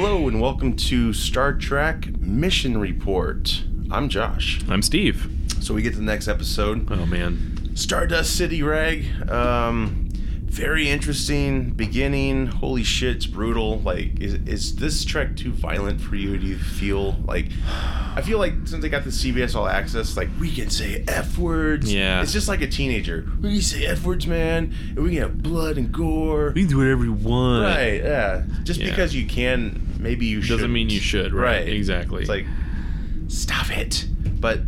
welcome to Star Trek Mission Report. I'm Josh. I'm Steve. So we get to the next episode Oh man. Stardust City Rag. Um, very interesting beginning. Holy shit, it's brutal. Like, is, is this Trek too violent for you? Do you feel like. I feel like since I got the CBS All Access, like, we can say F words. Yeah. It's just like a teenager. We can say F words, man. And we can have blood and gore. We can do whatever we want. Right. Yeah. Just Yeah. because you can, maybe you should. Doesn't mean you should, right? Exactly. It's like, stop it. But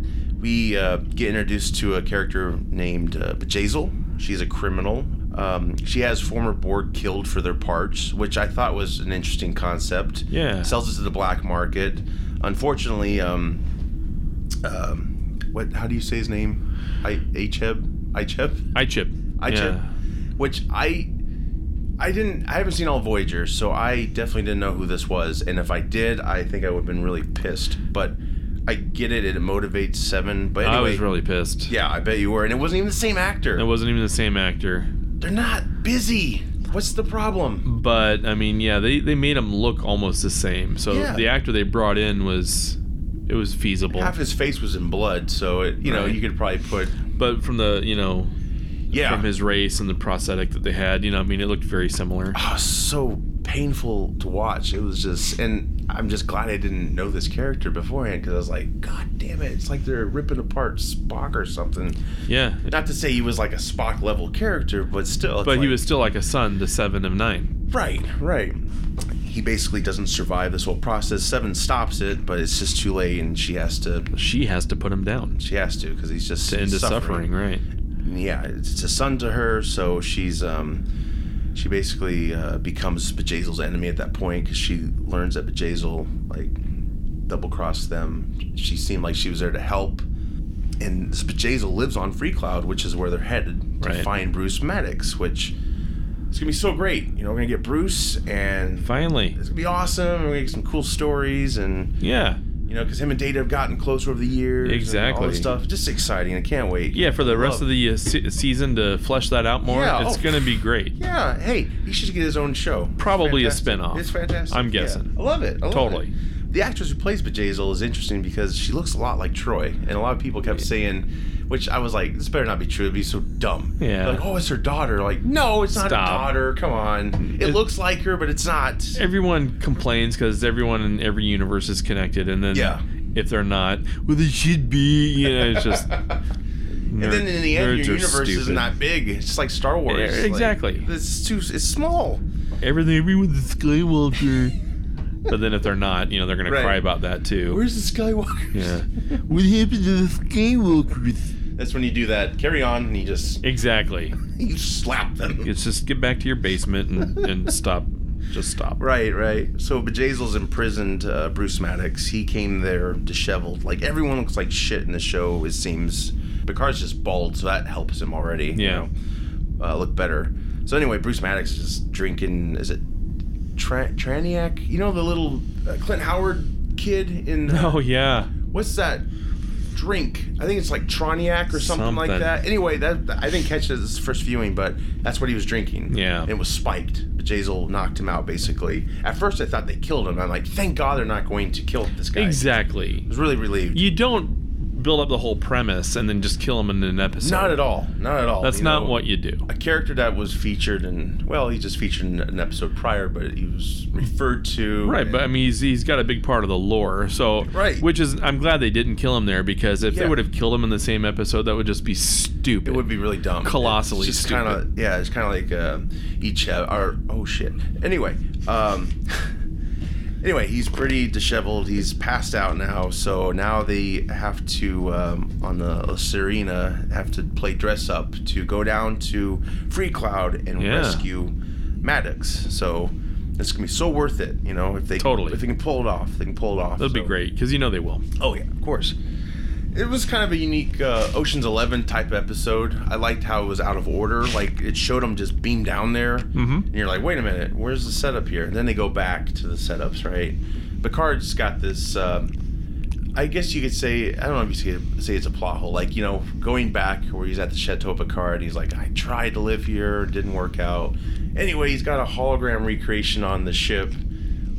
we uh, get introduced to a character named uh, Bajazel. She's a criminal. Um, she has former Borg killed for their parts, which I thought was an interesting concept. Yeah. Sells it to the black market. Unfortunately, um, um, what? How do you say his name? I Icheb. Icheb. I chip. I chip, which I I didn't I haven't seen all Voyager, so I definitely didn't know who this was, and if I did, I think I would have been really pissed. But I get it; it motivates Seven. But anyway, I was really pissed. yeah, I bet you were, and it wasn't even the same actor. It wasn't even the same actor. They're not busy. What's the problem? But I mean, yeah, they, they made him look almost the same. So Yeah. the actor they brought in was it was feasible. Half his face was in blood, so it, you know Right. you could probably put But from the you know yeah. from his race and the prosthetic that they had, you know, I mean, it looked very similar. Oh, so painful to watch. It was just, and I'm just glad I didn't know this character beforehand because I was like, God damn it! It's like they're ripping apart Spock or something. Yeah. Not to say he was like a Spock level character, but still. it's But he like- was still like a son to Seven of Nine. right, right. He basically doesn't survive this whole process. Seven stops it, but it's just too late, and she has to. She has to put him down She has to because he's just to end his suffering. suffering, right? yeah, it's a son to her, so she's um, she basically uh, becomes Bejazel's enemy at that point because she learns that Bejazel like double crossed them. She seemed like she was there to help, and this Bejazel lives on Free Cloud, which is where they're headed to Right. find Bruce Maddox, which it's gonna be so great. You know, we're gonna get Bruce, and Finally. it's gonna be awesome. We're gonna get some cool stories and. Yeah. You know, because him and Data have gotten closer over the years. and all Exactly. this stuff. Just exciting. I can't wait. Yeah, for the rest Love- of the uh, se- season to flesh that out more, Yeah, it's oh. going to be great. Yeah, hey, he should get his own show. It's Probably a fantastic. spin-off. It's fantastic. I'm yeah. guessing. I love it. I love Totally. it. The actress who plays Bajazel is interesting because she looks a lot like Troy, and a lot of people kept saying, which I was like, this better not be true. It'd be so dumb. Yeah. Like, oh, it's her daughter. Like, no, it's not Stop. her daughter. Come on. It, It- looks like her, but it's not. Everyone complains because everyone in every universe is connected, and then Yeah. if they're not, well, they should be. You know, it's just. and then in the end, your universe is not big. It's just like Star Wars. Yeah, Like, exactly. it's too. It's small. everything. Everyone's a Skywalker. but then if they're not, you know, they're gonna Right. cry about that too. Where's the Skywalker? yeah. What happened to the Skywalkers? That's when you do that. Carry on, and you just Exactly. you slap them. It's just get back to your basement and, and stop. Just stop. Right, right. So Bejazel's imprisoned uh, Bruce Maddox. He came there disheveled. Like everyone looks like shit in the show. It seems Picard's just bald, so that helps him already. you Yeah. know, uh, look better. So anyway, Bruce Maddox is just drinking. Is it Tra- Traniac? You know the little uh, Clint Howard kid in uh, Oh yeah. what's that drink? I think it's like Troniac or something, like Something. that. Anyway, that I didn't catch it this first viewing, but that's what he was drinking. Yeah. it was spiked. But Jazel knocked him out basically. At first, I thought they killed him. I'm like, thank God they're not going to kill this guy. Exactly. I was really relieved. You don't build up the whole premise and then just kill him in an episode. not at all. Not at all. That's you not know? what you do. a character that was featured in. Well, he just featured in an episode prior, but he was referred to. Right, and- but I mean, he's, he's got a big part of the lore, so Right. Which is, I'm glad they didn't kill him there because if Yeah. they would have killed him in the same episode, that would just be stupid. It would be really dumb. Colossally It's just kind of yeah. It's kind of like uh, each uh, or oh shit. Anyway, um, anyway, he's pretty disheveled. He's passed out now. So now they have to um, on the Serena have to play dress up to go down to Free Cloud and Yeah. rescue Maddox. So. It's gonna be so worth it, you know, if they Totally. if they can pull it off, they can pull it off. That'd be so- great because you know they will. Oh yeah, of course. It was kind of a unique uh, Ocean's Eleven type episode. I liked how it was out of order. Like it showed them just beam down there, Mhm. and you're like, wait a minute, where's the setup here? And then they go back to the setups, right? Picard's got this. Um, I guess you could say I don't know if you could say it's a plot hole. Like you know, going back where he's at the Chateau Picard, he's like, I tried to live here, it didn't work out. Anyway, he's got a hologram recreation on the ship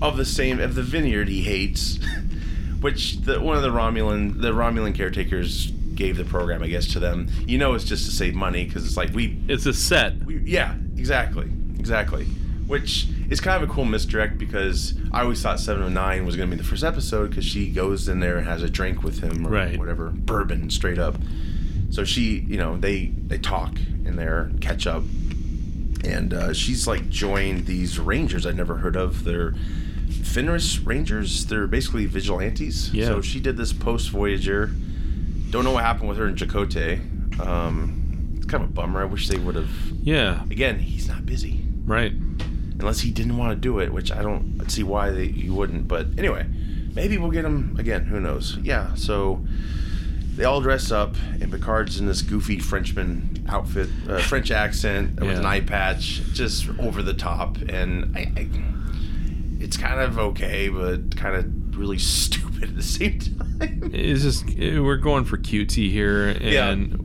of the same of the vineyard he hates, which the, one of the Romulan the Romulan caretakers gave the program, I guess, to them. You know, it's just to save money because it's like we It's a set. we, yeah, exactly, exactly. Which is kind of a cool misdirect because I always thought Seven of Nine was going to be the first episode because she goes in there and has a drink with him or Right. whatever, bourbon straight up. So she, you know, they they talk in there, catch up, and uh, she's like joined these rangers I'd never heard of. They're Fenris Rangers. They're basically vigilantes. Yeah. So she did this post Voyager. Don't know what happened with her in Jacote. Um, it's kind of a bummer. I wish they would have Yeah, again, he's not busy right. unless he didn't want to do it, which I don't I'd see why they, he wouldn't. But anyway, maybe we'll get him again. Who knows? Yeah. So they all dress up, and Picard's in this goofy Frenchman outfit, uh, French accent with an Yeah. eye patch, just over the top, and I, I it's kind of okay, but kind of really stupid at the same time. It's just eh, we're going for cutesy here, Yeah. and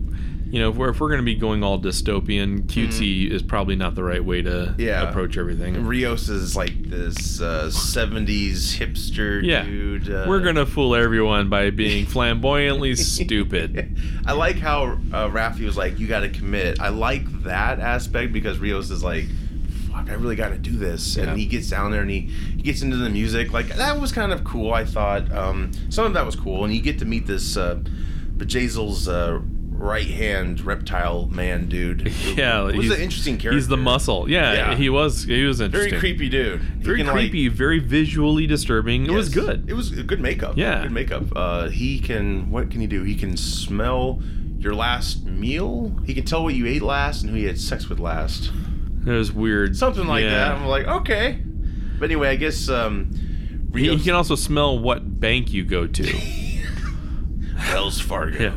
you know if we're, if we're going to be going all dystopian, cutesy is probably not the right way to Mm-hmm. Yeah. approach everything. Rios is like this uh, '70s hipster Yeah. dude. Uh, We're gonna fool everyone by being flamboyantly stupid. I like how uh, Rafi was like, "You got to commit." I like that aspect because Rios is like, "Fuck, I really got to do this," Yeah. and he gets down there and he, he gets into the music. Like that was kind of cool. I thought um, some of that was cool, and you get to meet this uh, Bejazel's uh, right hand reptile man dude. who Yeah, was he's- an interesting character. He's the muscle. Yeah, Yeah. he was. He was Very interesting. creepy dude. He Very can, like- creepy. very visually disturbing. It was Yes. good. It was good makeup. Yeah. good makeup. Uh, he can. What can he do? He can smell your last meal. He can tell what you ate last and who you had sex with last. It was weird. Something like that. Yeah. I'm like, okay. But anyway, I guess. Um, He, Rios- he can also smell what bank you go to. Wells Fargo. Yeah.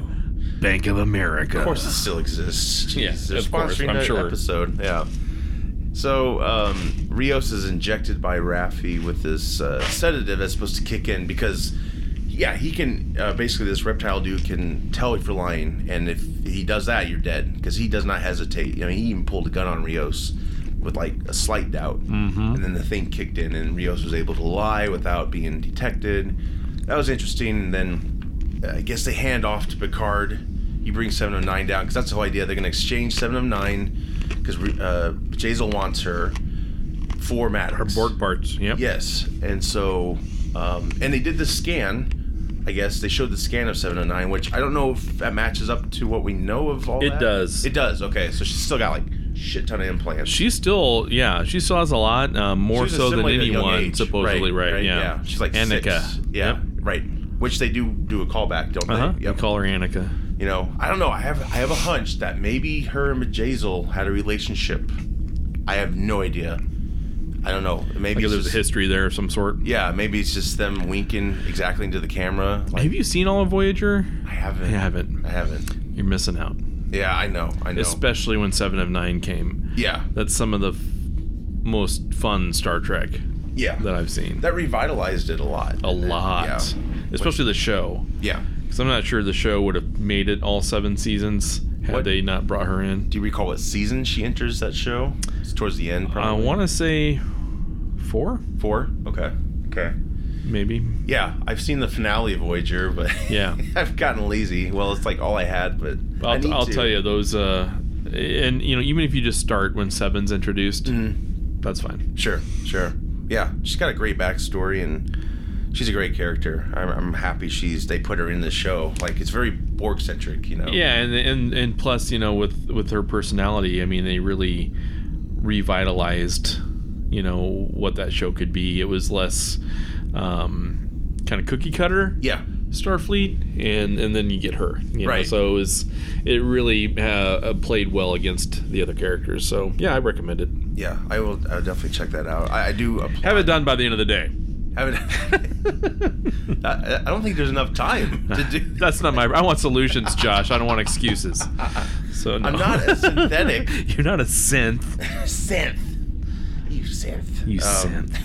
Bank of America. Of course, it still exists. Yeah, Jeez, they're of course, sponsoring I'm that sure. episode. Yeah. So um, Rios is injected by Raffi with this uh, sedative that's supposed to kick in because, yeah, he can uh, basically this reptile dude can tell if you're lying, and if he does that, you're dead because he does not hesitate. You know, he even pulled a gun on Rios with like a slight doubt, Mhm. and then the thing kicked in, and Rios was able to lie without being detected. That was interesting. And then uh, I guess they hand off to Picard. You bring Seven of Nine down because that's the whole idea. They're going to exchange Seven of Nine because uh, Jazel wants her for Maddox. Her board parts. Yep. Yes, and so, um, and they did the scan. I guess they showed the scan of seven oh nine, which I don't know if that matches up to what we know of all. It that. does. It does. Okay, so she's still got like shit ton of implants. She still, yeah, she still has a lot um, more She was so than assimilated at a young anyone, age. supposedly, right, Yeah. She's like Annika. six. Yeah, Yep. right. Which they do do a callback, don't Uh huh. they? You Yep. call her Annika. you know, I don't know. I have I have a hunch that maybe her and Majazel had a relationship. I have no idea. I don't know. Maybe Because it's there's a just- history there of some sort. Yeah, maybe it's just them winking exactly into the camera. Like, Have you seen all of Voyager? I haven't. I haven't. I haven't. You're missing out. Yeah, I know. I know. Especially when Seven of Nine came. yeah, That's some of the f- most fun Star Trek yeah. that Oh. I've seen. that revitalized it a lot. A lot. Yeah. Especially the show. Yeah. Because I'm not sure the show would have made it all seven seasons had What- they not brought her in. Do you recall what season she enters that show? It's towards the end, I probably. want to say four, Four. Okay. Okay. maybe. Yeah, I've seen the finale of Voyager, but Yeah. I've gotten lazy. Well, it's like all I had, but I need I'll, I'll to. tell you those. Uh, and you know, even if you just start when Seven's introduced, Mm-hmm. that's fine. Sure, sure. Yeah, she's got a great backstory and she's a great character. I'm, I'm happy she's they put her in the show. Like it's very Borg centric, you know. Yeah, and and and plus, you know, with with her personality, I mean, they really revitalized, you know, what that show could be. It was less um, kind of cookie cutter. Yeah. Starfleet, and and then you get her. You Know? Right. So it was, it really uh, uh, played well against the other characters. So yeah, I recommend it. Yeah, I will. I'll definitely check that out. I, I do. Apply, Have it done by the end of the day. haven't- I, I don't think there's enough time to do. That's not my. I want solutions, Josh. I don't want excuses. So no. I'm not a synthetic. You're not a synth. synth. You synth. You Um, synth.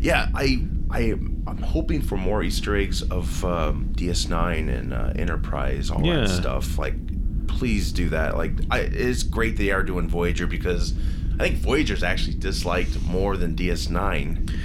Yeah, I I am I'm hoping for more Easter eggs of um, DS9 and uh, Enterprise, all Yeah. that stuff. Like, please do that. Like, I, it's great they are doing Voyager because I think Voyager's actually disliked more than DS9.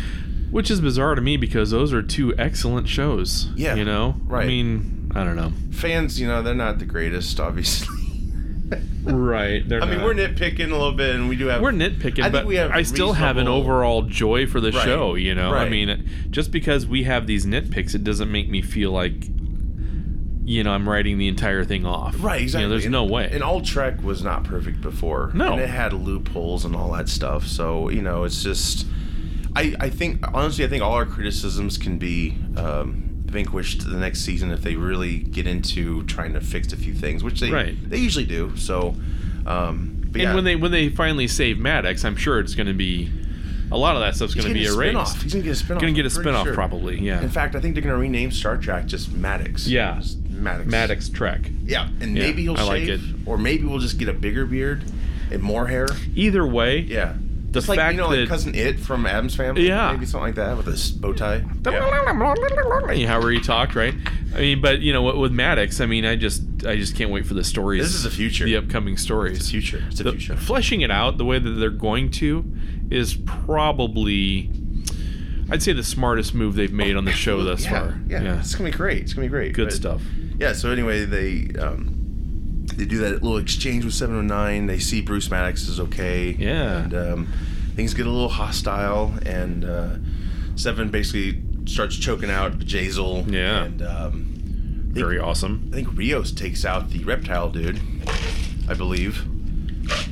Which is bizarre to me because those are two excellent shows. Yeah, You know? right. I mean, I don't know. Fans, you know, they're not the greatest, obviously. Right. They're I mean, not- we're nitpicking a little bit, and we do have we're nitpicking, I think but we have I still have an reasonable- overall joy for the Right, show. You know, I right. mean, just because we have these nitpicks, it doesn't make me feel like, you know, I'm writing the entire thing off. right. Exactly. You know, there's And- no way. And all Trek was not perfect before. No. and it had loopholes and all that stuff. So you know, it's just. I, I think honestly, I think all our criticisms can be um, vanquished the next season if they really get into trying to fix a few things, which they Right. they usually do. So, um, but and yeah, when they when they finally save Maddox, I'm sure it's going to be a lot of that stuff's he's going to be getting a spinoff. erased. He's gonna get a spinoff. Going to get a I'm pretty spinoff sure. probably. Yeah. In fact, I think they're gonna rename Star Trek just Maddox. Yeah. Just Maddox. Maddox Trek. Yeah, and Yeah, maybe he'll I like shave, or maybe we'll just get a bigger beard and more hair. Either way, Yeah, The just like fact you know, like that- cousin It from Adam's Family. Yeah. maybe something like that with a s- bow tie. Yeah. however he talked, right? I mean, but you know, with- with Maddox, I mean, I just I just can't wait for the stories. This is the future. the upcoming It's the stories. future. It's the, The- future. fleshing it out the way that they're going to is probably, I'd say, the smartest move they've made on the show thus yeah, far. Yeah. it's gonna be great. It's gonna be great. good But- stuff. Yeah. So anyway, they um, they do that little exchange with Seven Hundred Nine. They see Bruce Maddox is okay. Yeah. And um, things get a little hostile, and uh, Seven basically starts choking out Jazel. Yeah. And um, they- Very awesome. I think Rios takes out the reptile dude, I believe.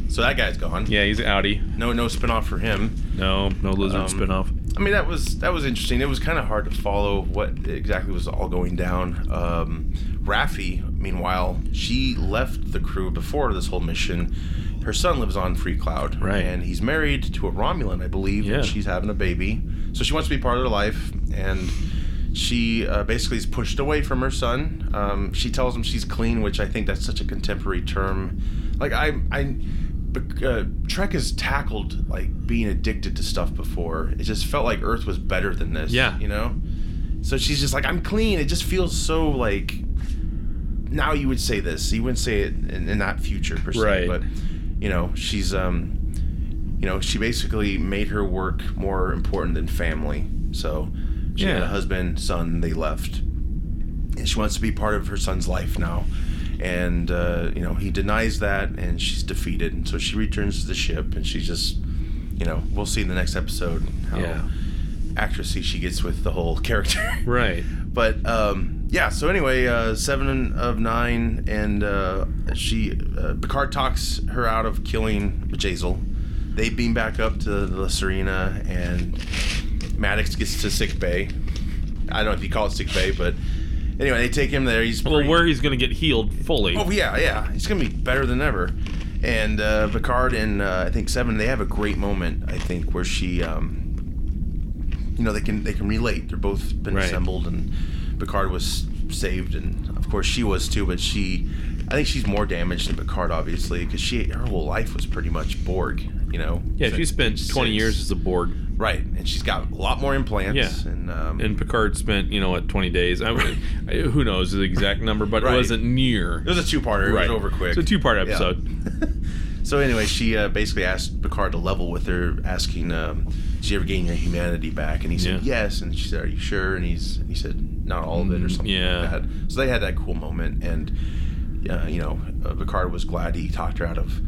So that guy's gone. Yeah, he's Audi. No, no spinoff for him. No, no lizard Um, spinoff. I mean, that was that was interesting. It was kind of hard to follow what exactly was all going down. Um, Raffi, meanwhile, she left the crew before this whole mission. Her son lives on Free Cloud, Right. And he's married to a Romulan, I believe. Yeah. And she's having a baby, so she wants to be part of their life. And she uh, basically is pushed away from her son. Um, she tells him she's clean, which I think that's such a contemporary term. Like I, I, bec- uh, Trek has tackled like being addicted to stuff before. It just felt like Earth was better than this. Yeah. you know. So she's just like, I'm clean. It just feels so like. Now you would say this. You wouldn't say it in, in that future per se, Right. but you know she's um, you know she basically made her work more important than family. So she had Yeah. a husband, son. They left, and she wants to be part of her son's life now. And uh, you know he denies that, and she's defeated. And so she returns to the ship, and she just, you know, we'll see in the next episode how Yeah. accuracy she gets with the whole character. Right. but um, yeah, so anyway, uh, seven of nine, and uh, she uh, Picard talks her out of killing Jazel. They beam back up to the Serena, and Maddox gets to sick bay. I don't know if you call it sick bay, but anyway, they take him there. He's Well, pretty- where he's going to get healed fully. Oh yeah, yeah. He's gonna be better than ever. And uh, Picard and uh, I think Seven, they have a great moment. I think where she, um, you know, they can they can relate. They're both been Right. assembled, and Picard was saved, and of course she was too. But she, I think she's more damaged than Picard, obviously, because she her whole life was pretty much Borg. You know. yeah, since she spent 20 six. years as a Borg. Right, and she's got a lot more implants. Yeah. And, um, and Picard spent you know what 20 days. I mean, who knows the exact number, but Right. it wasn't near. it was a two-parter. It was over quick. It's a two-part Yeah. episode. So anyway, she uh, basically asked Picard to level with her, asking, um, "Did you ever gain your humanity back?" And he said, Yeah. Mm, "Yes." And she said, "Are you sure?" And he's he said, "Not all of it," or something like yeah. that. So they had that cool moment, and uh, you know, uh, Picard was glad he talked her out of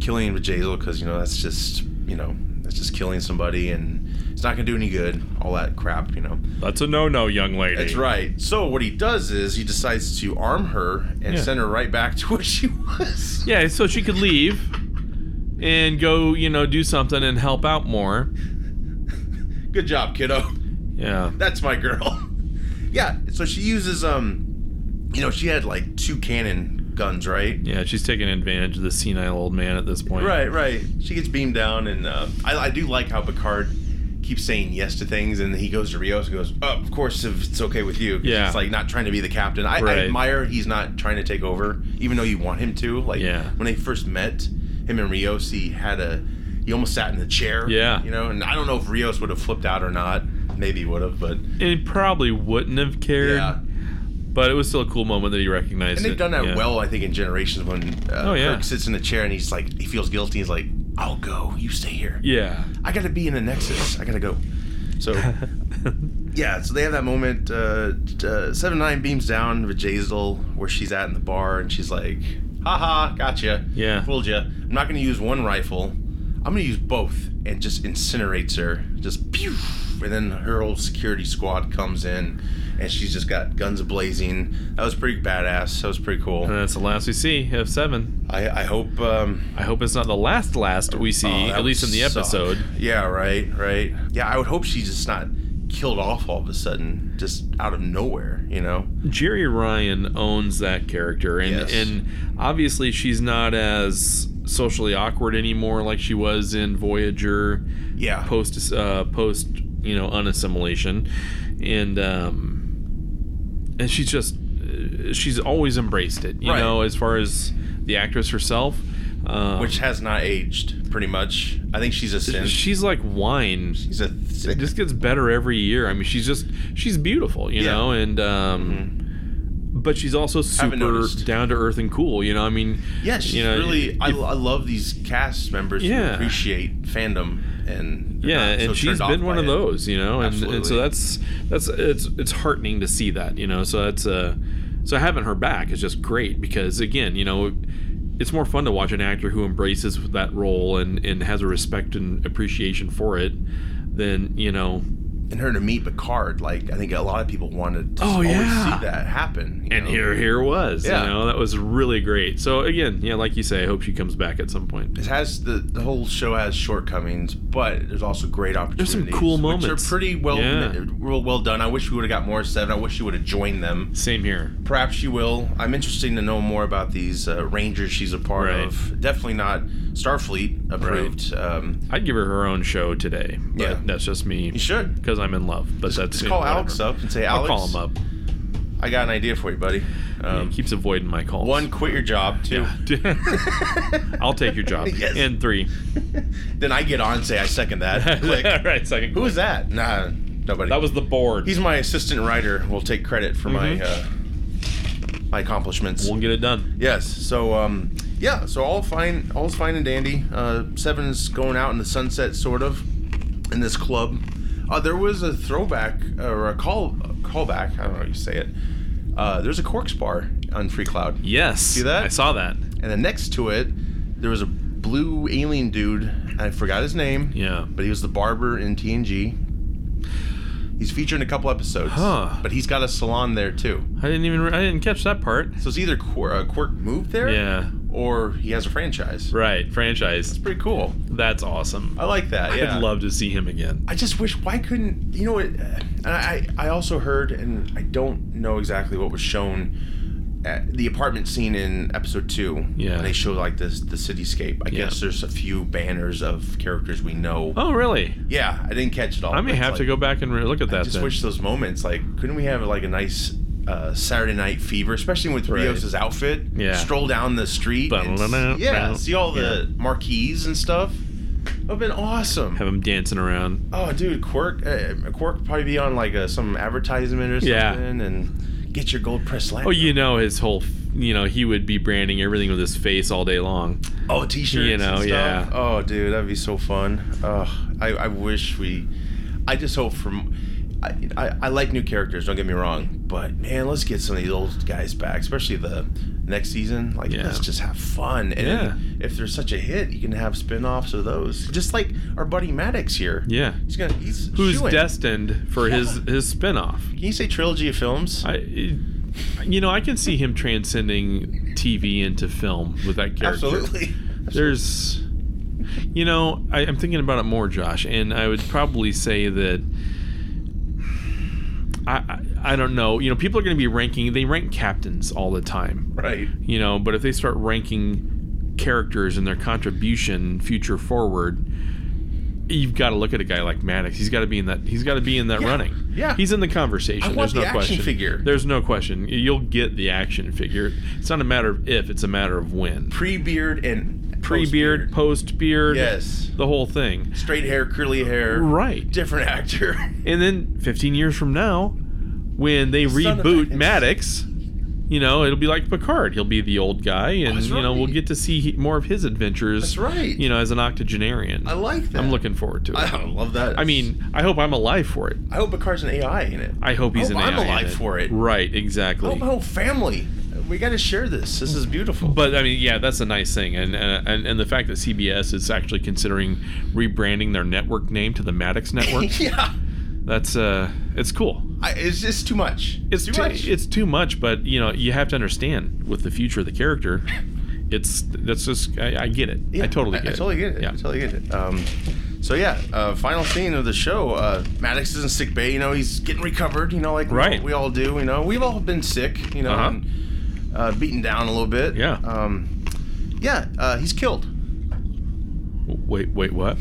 killing Vajazel because you know that's just you know that's just killing somebody, and it's not gonna do any good. All that crap, you know. That's a no-no, young lady. That's right. So what he does is he decides to arm her and Yeah. send her right back to where she was. Yeah, so she could leave and go, you know, do something and help out more. Good job, kiddo. Yeah. that's my girl. yeah, so she uses um you know, she had like two cannon guns, right? Yeah, she's taking advantage of the senile old man at this point. Right, right. She gets beamed down and uh, I, I do like how Picard keeps saying yes to things and he goes to Rios and goes, oh, of course if it's okay with you. 'cause Yeah. It's like not trying to be the captain. I, I Right. admire he's not trying to take over, even though you want him to. Like Yeah. when they first met him and Rios, he had a he almost sat in a chair. Yeah. You know, and I don't know if Rios would have flipped out or not. Maybe he would have, but And he probably wouldn't have cared, yeah. but it was still a cool moment that he recognized And they've it. done that Yeah. well, I think, in generations when uh, Oh, yeah. Kirk sits in the chair and he's like, he feels guilty. He's like, I'll go. You stay here. Yeah. I got to be in the Nexus. I got to go. So yeah, so they have that moment. Uh, uh, Seven Nine beams down with Jazel where she's at in the bar, and she's like, "Haha, gotcha. Yeah. fooled you. I'm not gonna use one rifle. I'm gonna use both, and just incinerates her. Just pew." And then her old security squad comes in, and she's just got guns blazing. That was pretty badass. That was pretty cool. And that's the last we see of seven. I, I hope. Um, I hope it's not the last last we see, Oh, that at least in would the suck. episode. Yeah, right, right. Yeah, I would hope she's just not killed off all of a sudden, just out of nowhere, you know? Jerry Ryan owns that character, and Yes. and obviously she's not as socially awkward anymore like she was in Voyager. Yeah. post uh, post you know unassimilation, and um, and she's just uh, she's always embraced it. You Right. know, as far as the actress herself, um, Which has not aged, pretty much. I think she's a sin. she's like wine. She's a It thick. just gets better every year. I mean, she's just she's beautiful, you Yeah. Mm-hmm. know, and um, but she's also Haven't super noticed. down to earth and cool. You know, I mean, Yeah, she's you know, really. I, if- I love these cast members who Yeah. appreciate fandom and they're yeah, not so and she's turned off been one by of it. those, you know, and, and so Absolutely. that's that's it's it's heartening to see that, you know. So that's uh, so having her back is just great because again, you know. It's more fun to watch an actor who embraces that role and, and has a respect and appreciation for it than, you know, And her to meet Picard, like I think a lot of people wanted to Oh, always yeah. see that happen. you and know? here here was Yeah. you know that was really great so again yeah like you say i hope she comes back at some point it has the, the whole show has shortcomings, but there's also great opportunities. some cool Which moments. are pretty well Yeah. well, well done. I wish we would have got more seven. I wish you would have joined them. same here Perhaps you will. I'm interested to know more about these uh, Rangers she's a part Right. of. Definitely not Starfleet approved. Um, i'd give her her own show today but Yeah. that's just me you should because i'm in love but that's just you call know, Alex whatever. up and say, i'll Alex, call him up I got an idea for you, buddy. Um, he keeps avoiding my calls one, quit your job. Two, i'll take your job Yes. and three then I get on and say I second that. Click. all right second Who is that? Nah, nobody. that was the board He's my assistant writer. Will take credit for my uh, my accomplishments. we'll get it done Yes. So um, yeah. So all fine. All's fine and dandy. Uh, Seven's going out in the sunset, sort of, in this club. Uh, there was a throwback or a call a callback. I don't know how you say it. Uh, there's a corks bar on Free Cloud, yes that? i saw that and then next to it, there was a blue alien dude. I forgot his name. yeah But he was the barber in TNG. He's featured in a couple episodes. Huh. But he's got a salon there too. i didn't even i didn't catch that part So it's either Quirk, uh, Quirk moved there yeah or he has a franchise. right franchise It's pretty cool. that's awesome I like that. Uh, Yeah. i'd love to see him again I just wish why couldn't you know it? And I I also heard and I don't know exactly what was shown at the apartment scene in episode two. Yeah. They show like this the cityscape. I Yeah. guess there's a few banners of characters we know. oh really Yeah, I didn't catch it all. I may but it's have to like- go back and re- look at that. just then. wish those moments like couldn't we have like a nice uh, Saturday night fever, especially with Right. Rios' outfit. Yeah. Stroll down the street. And, Ba-da-da-da. s- yeah. See all the marquees and stuff. Would have been awesome. have him dancing around. Oh, dude, Quirk. Uh, Quirk would probably be on like a, some advertisement or something, Yeah. and get your gold press Oh, you know his whole. f- You know he would be branding everything with his face all day long. Oh, t-shirts. You know, and stuff. yeah. Oh, dude, that'd be so fun. Ugh, I, I wish we. I just hope from. I, I, I like new characters. Don't get me wrong, but man, let's get some of these old guys back, especially the next season. Like, Yeah. let's just have fun. And Yeah. if there's such a hit, you can have spin-offs of those. Just like our buddy Maddox here. Yeah. He's gonna. He's Who's shooing. destined for his his spinoff? Can you say trilogy of films? I, you know, I can see him transcending TV into film with that character. Absolutely. There's, you know, I, I'm thinking about it more, Josh, and I would probably say that. I, I, I don't know. You know, people are going to be ranking. They rank captains all the time, Right. you know but if they start ranking characters and their contribution future forward you've got to look at a guy like maddox he's got to be in that he's got to be in that Yeah, running yeah. he's in the conversation I want there's no the action question figure. there's no question you'll get the action figure it's not a matter of if it's a matter of when Pre-beard and pre-beard post-beard Yes. the whole thing Straight hair, curly hair. right different actor. and then 15 years from now when they Son of reboot a- maddox You know, it'll be like Picard. He'll be the old guy, and that's you know we'll right. get to see he- more of his adventures. That's right. You know, as an octogenarian, I like that. I'm looking forward to it. I love that. I mean, I hope I'm alive for it. I hope Picard's an AI in it. I hope he's I an hope I'm AI in alive for it. Right, I exactly. hope my whole family. We got to share this. This is beautiful. But I mean, yeah, that's a nice thing, and and and, and the fact that CBS is actually considering rebranding their network name to the Maddox Network, yeah, that's uh, it's cool. I, it's just too much. It's too, too, much. It's too much, but you know, you have to understand with the future of the character. It's that's just I, I get it. Yeah, I totally get I, it. totally get it. Yeah. I totally get it. Um, so yeah, uh, final scene of the show. Uh, Maddox is in sick bay. You know, he's getting recovered. You know, like we Right. all- we all do. You know, we've all been sick. You know, Uh-huh. and, uh, beaten down a little bit. Yeah. Um, yeah. Uh, he's killed. Wait, wait, what?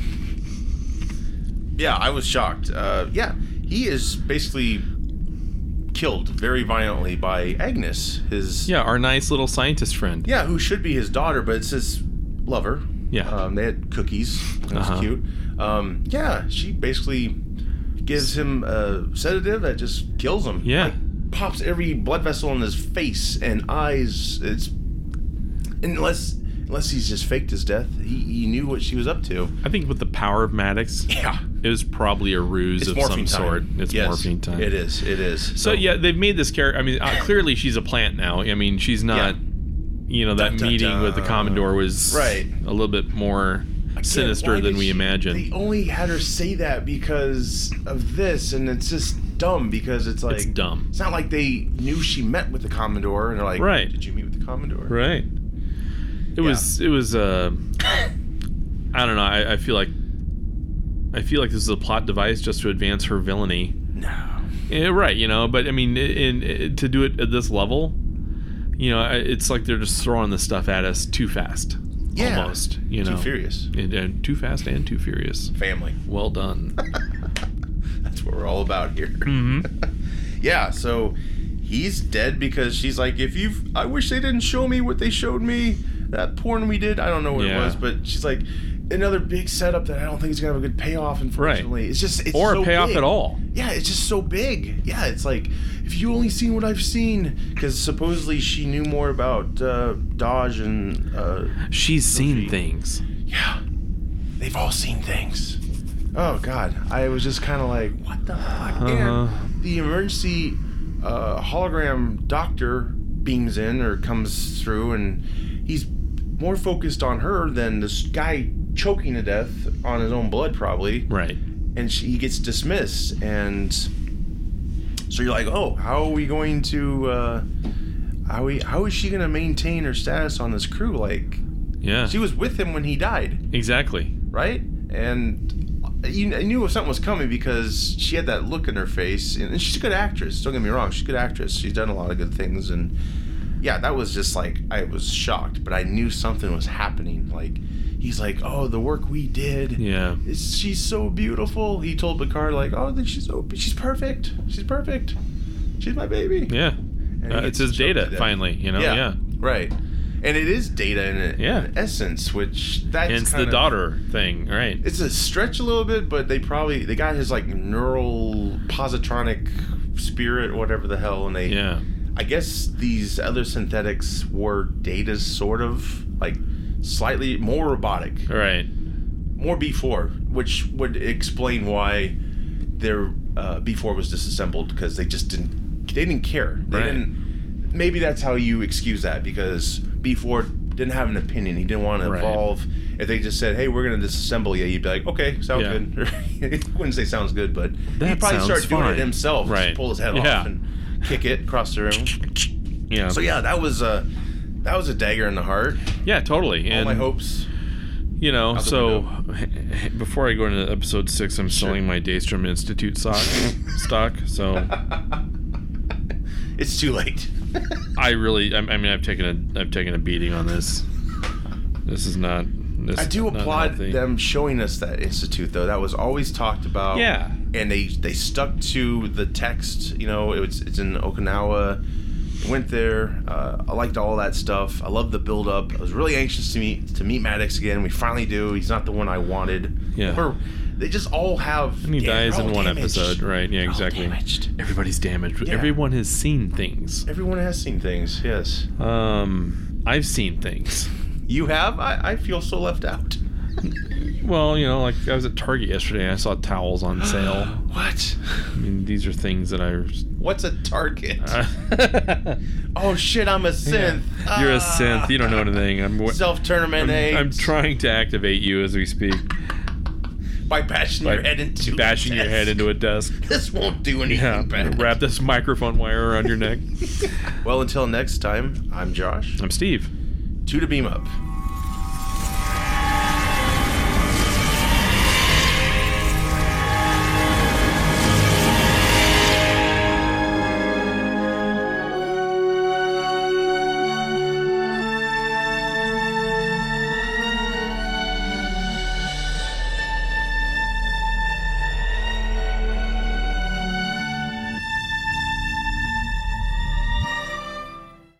Yeah, I was shocked. Uh, yeah, he is basically killed very violently by Agnes, his Yeah, our nice little scientist friend. yeah, who should be his daughter, but it's his lover. Yeah. um, they had cookies. That was Uh-huh. cute. Um, yeah, she basically gives him a sedative that just kills him. Yeah. Like, pops every blood vessel in his face and eyes. It's unless unless he's just faked his death. He, he knew what she was up to. I think with the power of Maddox, Yeah. it was probably a ruse It's of some morphine time. sort. It's Yes, morphine time. It is. It is. So yeah, they've made this character. I mean, uh, clearly she's a plant now. I mean, she's not. Yeah. You know that Dun, dun, meeting with the dun. Commodore was Right. a little bit more Again, sinister why than did we she- imagined. They only had her say that because of this, and it's just dumb because it's like it's dumb. It's not like they knew she met with the Commodore and they're like, Right. Did you meet with the Commodore? Right. It was. It was. Uh, I don't know. I, I feel like. I feel like this is a plot device just to advance her villainy. No. Eh, right. You know. But I mean, i- in, i- to do it at this level, you know, I- it's like they're just throwing this stuff at us too fast. Yeah. Almost. You know. Too furious. And, and too fast and too furious. Family. Well done. That's what we're all about here. hmm Mm-hmm. yeah, so he's dead because she's like, if you've I wish they didn't show me what they showed me. That porn we did, I don't know what it Yeah. was, but she's like another big setup that I don't think is gonna have a good payoff unfortunately. It's just it's Or so pay off big. at all. Yeah, it's just so big. Yeah, it's like if you only seen what I've seen, because supposedly she knew more about uh, Dodge and uh, She's seen Sophie. things. Yeah. They've all seen things. Oh God, I was just kind of like, what the fuck? Uh-huh. And the emergency uh, hologram doctor beams in or comes through, and he's more focused on her than this guy choking to death on his own blood, probably. Right. And she, he gets dismissed, and so you're like, oh, how are we going to? Uh, how we? How is she going to maintain her status on this crew? Like, Yeah. she was with him when he died Exactly. right? And you I knew something was coming because she had that look in her face, and and she's a good actress. Don't get me wrong, she's a good actress. She's done a lot of good things, and yeah, that was just like I was shocked, but I knew something was happening. Like he's like, oh, the work we did. Yeah. Is she's so beautiful? He told Picard like, "Oh, then she's so she's perfect. She's perfect. She's my baby." Yeah. And he Uh, gets it's his choked to data death. finally. You know. Yeah, Yeah. right. And it is data in, it, Yeah. in essence, which that's And it's the kind of- daughter thing. Right. it's a stretch a little bit, but they probably they got his like neural positronic spirit, whatever the hell, and they. Yeah. I guess these other synthetics were data, sort of like slightly more robotic, Right. more B four, which would explain why their uh, B four was disassembled because they just didn't they didn't care. They Right. didn't. Maybe that's how you excuse that because B four didn't have an opinion. He didn't want to Right. evolve. If they just said, "Hey, we're gonna disassemble you," you'd be like, "Okay, sounds Yeah. good." it wouldn't say sounds good, but he'd That probably sounds start doing fine. it himself. just Right. pull his head Yeah. off and kick it across the room. Yeah. So yeah, that was a that was a dagger in the heart. yeah. Totally. All And my hopes. you know. the So before I go into episode six, I'm selling my Daystrom Institute sock stock. So It's too late. I really. I, I mean, I've taken a. I've taken a beating on this. This is not. This I is do not applaud healthy. them showing us that institute though. That was always talked about. Yeah. And they they stuck to the text. You know, it was it's in Okinawa. Went there. Uh, I liked all that stuff. I loved the build up. I was really anxious to meet to meet Maddox again. We finally do. He's not the one I wanted. Yeah. Or they just all have. And he yeah, they're dies in all one damaged. episode, right? Yeah, They're all exactly. damaged. Everybody's damaged. Yeah. Everyone has seen things. Everyone has seen things. Yes, Um, I've seen things. you have. I, I feel so left out. Well, you know, like I was at Target yesterday. I saw towels on sale. What? I mean, these are things that I. What's a target? Uh, oh shit! I'm a synth. Ah. You're a synth. You don't know anything. I'm. wa- Self tournament I'm, A. I'm trying to activate you as we speak. by bashing by your head into bashing your head into a desk. This won't do anything Yeah. bad. Wrap this microphone wire around your neck. Well, until next time, I'm Josh. I'm Steve. Two to beam up.